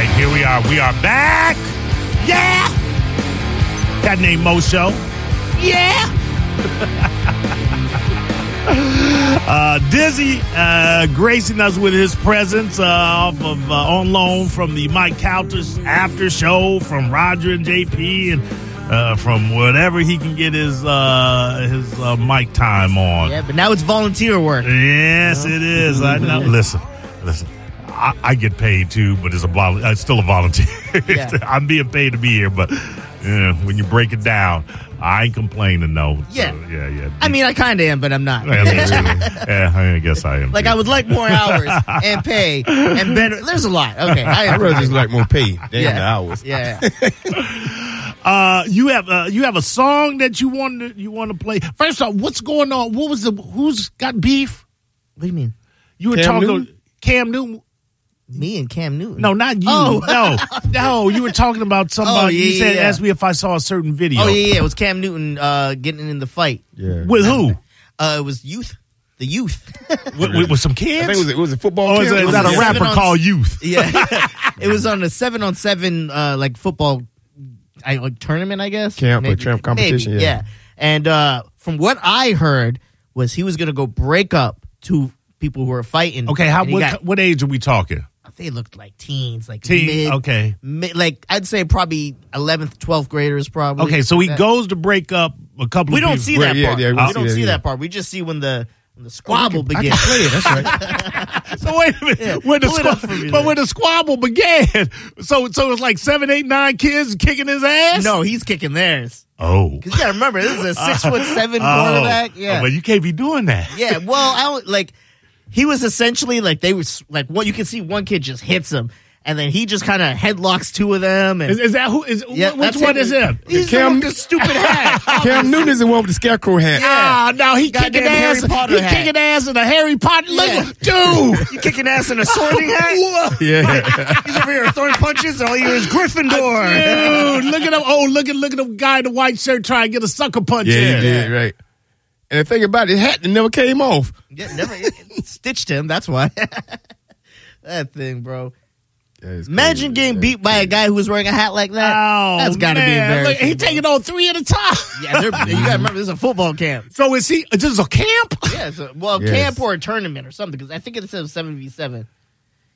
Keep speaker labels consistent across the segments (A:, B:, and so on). A: we are. We are back. Yeah. That name Mo Show. Yeah. uh, Dizzy uh, gracing us with his presence uh, off of uh, on loan from the Mike Calters after show from Roger and JP and uh, from whatever he can get his uh, his uh, mic time on.
B: Yeah, but now it's volunteer work.
A: Yes, it is. I know. Listen, listen. I, I get paid too, but it's a vol- uh, it's still a volunteer.
B: Yeah.
A: I'm being paid to be here, but you know, when you break it down, I ain't complaining though.
B: Yeah.
A: yeah, yeah.
B: I mean, I kind of am, but I'm not.
A: I mean, really. yeah, I guess I am.
B: Like
A: too.
B: I would like more hours and pay and better. There's a lot. Okay, I
C: I'd rather just like more pay than
B: yeah.
C: the hours.
B: Yeah, yeah.
A: Uh, you have uh, you have a song that you want to, you want to play. First off, what's going on? What was the who's got beef?
B: What do you mean?
A: You were
C: Cam
A: talking
C: Newton?
A: Cam Newton.
B: Me and Cam Newton.
A: No, not you.
B: Oh.
A: No, no. You were talking about somebody.
B: Oh, yeah,
A: you said
B: yeah.
A: ask me if I saw a certain video.
B: Oh yeah, yeah. It was Cam Newton uh, getting in the fight.
C: Yeah.
A: With who?
B: Uh, it was youth. The youth.
A: with, with, with some kids?
C: I think it was it was a football.
B: Oh,
A: or is,
C: team?
A: it, is
C: Was
A: that
C: it-
A: a
B: Yeah.
A: rapper
B: Seven on-
A: called Youth?
B: yeah. it was on a seven on seven uh, like football I, like tournament, I guess.
C: Camp or camp competition,
B: maybe,
C: yeah.
B: And uh, from what I heard was he was gonna go break up two people who were fighting.
A: Okay, how
B: And he
A: what,
B: got-
A: what age are we talking?
B: they looked like teens, like
A: Teen,
B: mid,
A: okay.
B: mid, like I'd say probably eleventh, twelfth graders, probably.
A: Okay, so he
B: That-
A: goes to break up a couple.
B: We
A: of people. Uh,
B: don't see that
C: Right, yeah,
B: part.
C: yeah,
B: we
C: we
A: see
B: don't
C: that,
B: see
C: yeah.
B: that part. We just see when the when the squabble
C: I
B: begins.
C: can play it. That's right.
A: So wait a minute. when the
B: pull it up for
A: squa-
B: me
A: but
B: then.
A: when the squabble began, so so it was like seven, eight, nine kids kicking his ass.
B: No, he's kicking theirs.
A: Oh.
B: Because you gotta remember, this is a six foot seven quarterback.
A: Oh.
B: Yeah.
A: Oh, well, you can't be doing that.
B: yeah. Well, I don't like. He was essentially like they was like what you can see one kid just hits him, and then he just kind of headlocks two of them, and
A: Is, is that who? Is
B: yeah,
A: which
B: that's
A: one is him?
B: He's Cam- the one
C: Cam-
B: with the stupid hat.
C: Cam Newton is the one with the scarecrow hat.
A: Ah, no, he
B: Goddamn
A: kicking
B: Harry
A: ass.
B: Potter
A: He
B: hat.
A: kicking ass in a Harry Potter.
B: Yeah.
A: Look, dude.
B: you kicking ass in a sorting hat.
C: Yeah.
B: He's over here throwing punches, and all you hear is Gryffindor.
A: Dude, look at him! Oh, look at look at the guy in the white shirt trying to get a sucker punch
C: Yeah,
A: in.
C: he did, right. And the thing about it, the hat that never came off.
B: Yeah, never it- it stitched him. That's why. that thing, bro.
C: That is
B: Imagine
C: crazy.
B: getting
C: That's
B: beat by a guy who was wearing a hat like that.
A: Oh,
B: That's gotta be
A: man. Look,
B: embarrassing.
A: he taking on three at a time.
B: yeah, they're, you gotta remember this is a football camp.
A: So is he? This is a camp.
B: Yeah, so, well,
C: Yes.
B: camp or a tournament or something because I think it says seven v seven.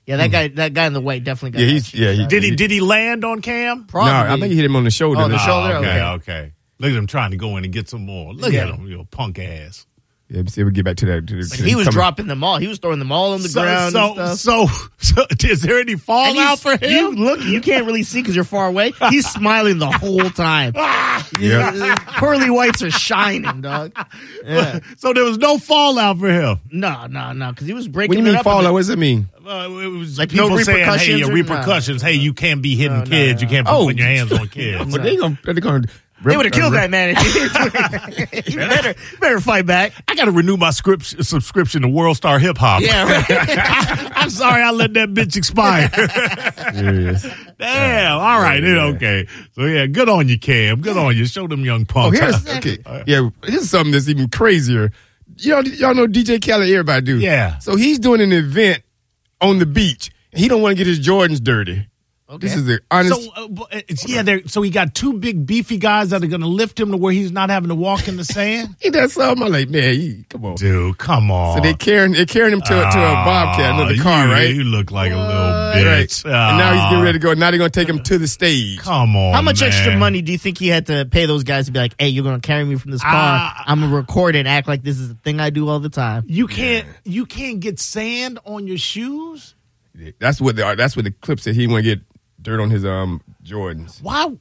B: Yeah, that guy, that guy in the white definitely got.
C: Hmm. Yeah,
B: that
C: he's-
B: shit
C: yeah, he
B: shot.
A: Did he? Did he land on Cam?
C: No,
B: Probably.
C: I think he hit him on the shoulder.
B: Oh, the
C: Ah,
B: shoulder, okay.
A: okay. Look at him trying to go in and get some more. Look
B: Yeah.
A: at him, you punk ass.
C: Yeah, see if we get back to that. To the,
B: But
C: to
B: he
C: the
B: was
C: coming-
B: dropping them all. He was throwing them all on the
A: So,
B: ground.
A: so,
B: and stuff.
A: so, so, is there any
B: And he's-
A: fallout for
B: You
A: him?
B: look, you can't really see because you're far away. He's smiling the whole time.
C: Yeah.
B: Pearly whites are shining, dog. Yeah.
A: So there was no fallout for him.
B: No, no, no, because he was breaking.
C: When you
B: it
C: mean
B: up in the-
C: fallout, what does it mean?
A: Uh, it was
B: Like,
A: people
B: no
A: saying, "Hey,
B: repercussions
A: yeah,
B: or-
A: repercussions. Hey, you can't be hitting
B: No, no,
A: kids.
B: no.
A: You can't be
C: Oh.
A: putting your hands on kids."
C: But they gonna they gonna
B: They would have killed that man if you did. you better, better fight back.
A: I got to renew my script, subscription to World Star Hip Hop.
B: Yeah, right.
A: I'm sorry I let that bitch expire.
C: Serious.
A: Damn. All right. it- Okay. So yeah, good on you, Cam. Good on you. Show them young
C: Oh,
A: punks.
C: here's okay. Yeah, here's something that's even crazier. Y'all, y'all know DJ Khaled, everybody do.
A: Yeah.
C: So he's doing an event on the beach. He don't want to get his Jordans dirty.
B: Okay.
C: This is the honest.
A: So uh, but it's, yeah, there. So he got two big beefy guys that are going to lift him to where he's not having to walk in the sand.
C: he does something. I'm like, man, you, come on.
A: Dude, come on.
C: So they carrying they carrying him to, to a bobcat, another
A: Aw,
C: car,
A: you,
C: right?
A: Ah, You look like a
C: Right.
A: little bitch.
C: And now he's
A: Aw,
C: getting ready to go. Now they're gonna take him to the stage.
A: Come on.
B: How much
A: Oh, man.
B: extra money do you think he had to pay those guys to be like, "Hey, you're gonna carry me from this car.
A: Ah.
B: I'm gonna record and act like this is a thing I do all the time."
A: You can't. You can't get sand on your shoes.
C: That's what the that's what the clip said. He want to get dirt on his um Jordans.
A: Why?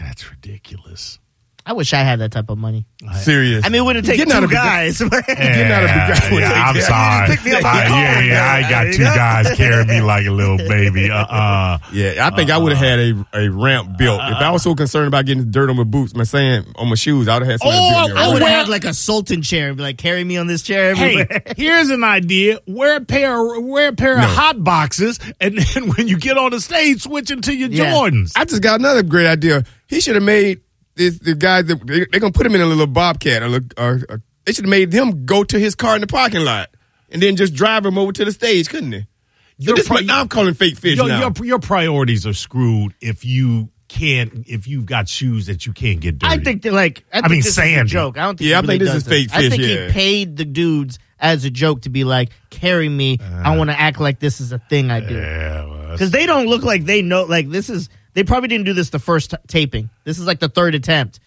A: That's ridiculous.
B: I wish I had that type of money.
C: Serious.
B: I mean, it wouldn't
C: You're
B: take
C: getting out
B: two
C: of a-
B: guys.
C: Getting out of the ground with
A: yeah,
C: like
A: I'm
C: that.
A: sorry.
B: You just picked me up
A: Uh,
B: and called
A: yeah,
B: me.
A: yeah, I got
B: There you
A: two
B: go.
A: guys carrying me like a little baby. Uh uh
C: Yeah, I think I would have had a, a ramp built. if I was so concerned about getting dirt on my boots, my sand on my shoes, I would have had something
A: Oh,
C: built there.
B: I would
C: right?
B: have had like a sultan chair and be like, "Carry me on this chair everywhere."
A: Hey, here's an idea. Wear a pair, wear a pair
C: No.
A: of hot boxes, and then when you get on the stage, switch into your
B: Yeah.
A: Jordans.
C: I just got another great idea. He should have made this, the guy that they're gonna put him in a little bobcat. Or, look- or, or- they should have made him go to his car in the parking lot and then just drive him over to the stage, couldn't they?
A: Your
C: this
A: pro-
C: my- now I'm calling fake fish
A: Your,
C: now.
A: your your priorities are screwed if you can't if you've got shoes that you can't get dirty.
B: I think that like I, think
A: mean,
B: this is a
A: Sandy.
B: joke. I don't think
C: Yeah,
B: he
C: I think
B: really
C: this
B: does
C: is fake
B: I
C: fish,
B: think
C: yeah.
B: he paid the dudes as a joke to be like, carry me. I
C: Uh-huh.
B: want to act like this is a thing I do
A: Yeah, well, that's-
B: because they don't look like they know. Like this is they probably didn't do this the first t- taping. This is like the third attempt.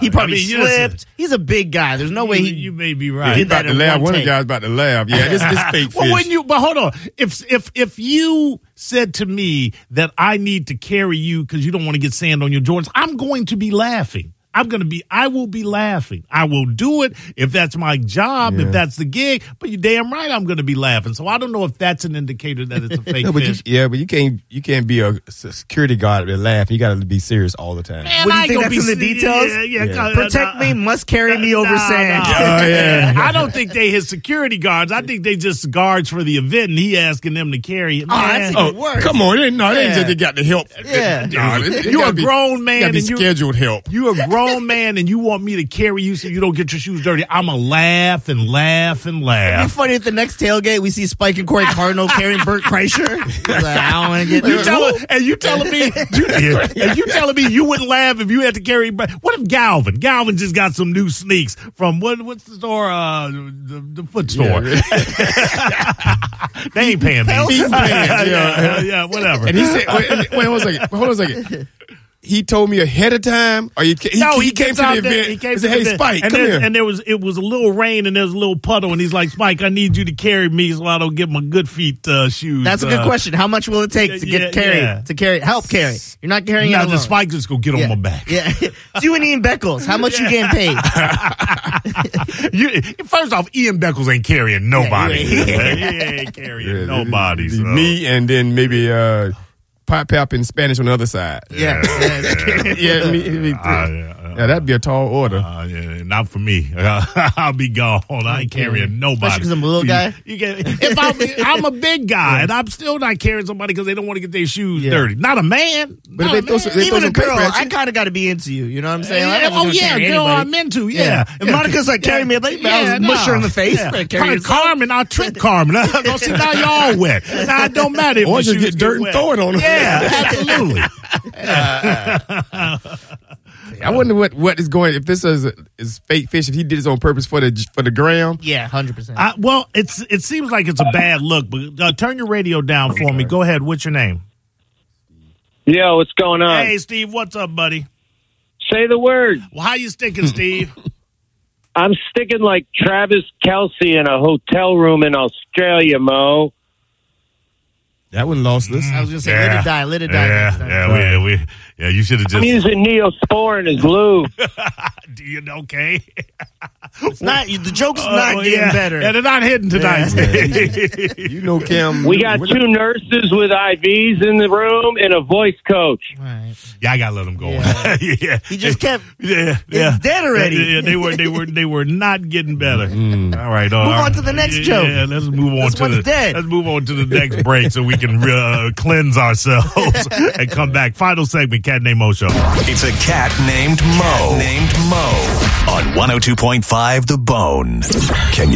B: He probably
A: Uh, mean, you just-
B: slipped. He's a big guy. There's no way
A: you,
B: he.
A: you may be
C: Yeah,
A: right.
C: he
B: did that
C: about to
B: in
C: laugh.
B: one
C: One of
B: take.
C: the guys about to laugh. Yeah, this this fake fish.
A: well, when you but hold on, if if if you said to me that I need to carry you because you don't want to get sand on your Jordans, I'm going to be laughing. I'm going to be. I will be laughing. I will do it if that's my job,
C: Yeah.
A: if that's the gig. But you're damn right, I'm going to be laughing. So I don't know if that's an indicator that it's a fake
C: No, but you,
A: fish.
C: yeah, but you can't you can't be a s- security guard and laugh. You got to be serious all the time.
A: Man,
B: What do you
A: I ain't
B: think
A: gonna
B: that's in the details?
A: Yeah, yeah,
C: Yeah.
A: uh,
B: Protect
A: uh,
B: me, must carry me over
A: Nah,
B: sand.
A: nah.
C: Oh, yeah.
A: I don't think they his security guards. I think they just guards for the event, and he asking them to carry it.
B: Oh, that's
A: Man.
B: even worse.
C: come on, they, no, they
B: Yeah.
C: ain't just they got the help.
B: Yeah.
C: Nah, they- they
A: You
C: gotta
A: a
C: be-
A: grown man
C: Gotta be
A: and you-
C: scheduled help.
A: You a grown man and you want me to carry you so you don't get your shoes dirty. I'ma laugh and laugh and
B: It'd be
A: laugh.
B: funny at the next tailgate we see Spike and Corey Cardinal carrying Bert Kreischer. He's like, I don't want to get
A: You tell, and you telling me, you, and you telling me you wouldn't laugh if you had to carry. but What if Galvin? Galvin just got some new sneaks from what? What's the store? Uh, the, the foot store.
C: Yeah.
A: They ain't paying me.
C: Feet pants,
A: yeah,
C: yeah.
A: yeah, whatever.
C: And he said, wait, wait, hold on a second. Hold on a second. He told me ahead of time, or he, ca- he,
A: no,
C: he, came
A: gets
C: to the
A: out
C: event.
A: there- He came
C: and said,
A: to the
C: "Hey,
A: event.
C: Spike,
A: and
C: come
A: there,
C: here."
A: And there was it was a little rain, and there was a little puddle, and he's like, "Spike, I need you to carry me so I don't get my good feet uh, shoes."
B: That's a
A: uh,
B: good question. How much will it take to get
A: yeah,
B: carried?
A: yeah.
B: To carry, help carry. You're not carrying it
A: Now
B: alone.
A: the Spike just go get
B: yeah.
A: on my back.
B: Yeah, it's you and Ian Beckles. How much you getting paid?
A: You, first off, Ian Beckles ain't carrying nobody.
B: Yeah, you
A: he ain't carrying
C: Yeah,
A: nobody.
C: the-
A: so.
C: the- Me and then maybe uh, Pop Pop in Spanish on the other side.
B: Yeah, yeah.
C: yeah, me, me too.
A: Uh, yeah,
C: yeah, that'd be a tall order.
A: Uh, yeah, not for me. I'll be gone. I ain't carrying nobody.
B: Especially 'cause I'm a little
A: You-
B: guy.
A: You get, if I'm, I'm a big guy and I'm still not carrying somebody because they don't want to get their shoes
B: Yeah.
A: dirty. Not a man.
C: But
A: Not
C: if they
A: a
C: throw
A: man.
C: some- they throw
B: Even a
C: some paper
B: girl,
C: at
B: I
C: you.
B: kind of got to be into you. You know what I'm saying?
A: Yeah,
B: I wasn't
A: oh
B: gonna
A: yeah,
B: carry
A: girl,
B: anybody.
A: I'm into yeah.
B: Yeah.
A: And Monica's like,
B: Carry me, baby. I was mush her in the face. Better carry
A: Carry
B: yourself.
A: Carmen, I'll trick Carmen. Don't see now y'all wet. Now it don't matter. If
C: Or
A: my
C: just
A: shoes
C: get dirt and
A: wet.
C: throw it on 'em.
A: Yeah, absolutely.
C: I wonder what, what is going. If this is is fake fish, if he did this on purpose for the for the gram.
B: Yeah, hundred percent.
A: I, well, it's it seems like it's a bad look, but uh, turn your radio down for me. Go ahead. What's your name?
D: Yo, what's going on?
A: Hey, Steve. What's up, buddy?
D: Say the word.
A: Well, how you sticking, Steve?
D: I'm sticking like Travis Kelsey in a hotel room in Australia, Mo.
C: That one lost this.
B: I
A: Mm-hmm.
B: was gonna say, let
A: Yeah.
B: it die, let it die.
A: yeah,
B: next time.
A: yeah, we, we, yeah. You should have
D: I'm
A: just.
D: using Neosporin as lube.
A: do you okay?
B: It's not the joke's not
A: Oh,
B: getting
A: yeah.
B: better.
A: Yeah, they're not hitting tonight.
C: You know, Cam.
D: We got two nurses with IVs in the room and a voice coach.
B: All right.
A: Yeah, I gotta let him go. Yeah.
B: Yeah. He just kept.
A: Yeah, yeah.
B: dead already.
A: Yeah, yeah, they were, they were, they were not getting better. All right, uh,
B: Move on to the next
A: yeah,
B: joke.
A: Yeah, let's move on
B: This
A: to
B: one's
A: the
B: dead.
A: let's move on to the next break so we can uh, cleanse ourselves and come back. Final segment, Cat Name Mo Show.
E: It's a cat oh named Mo. Named Mo on 102.5 The Bone. Can you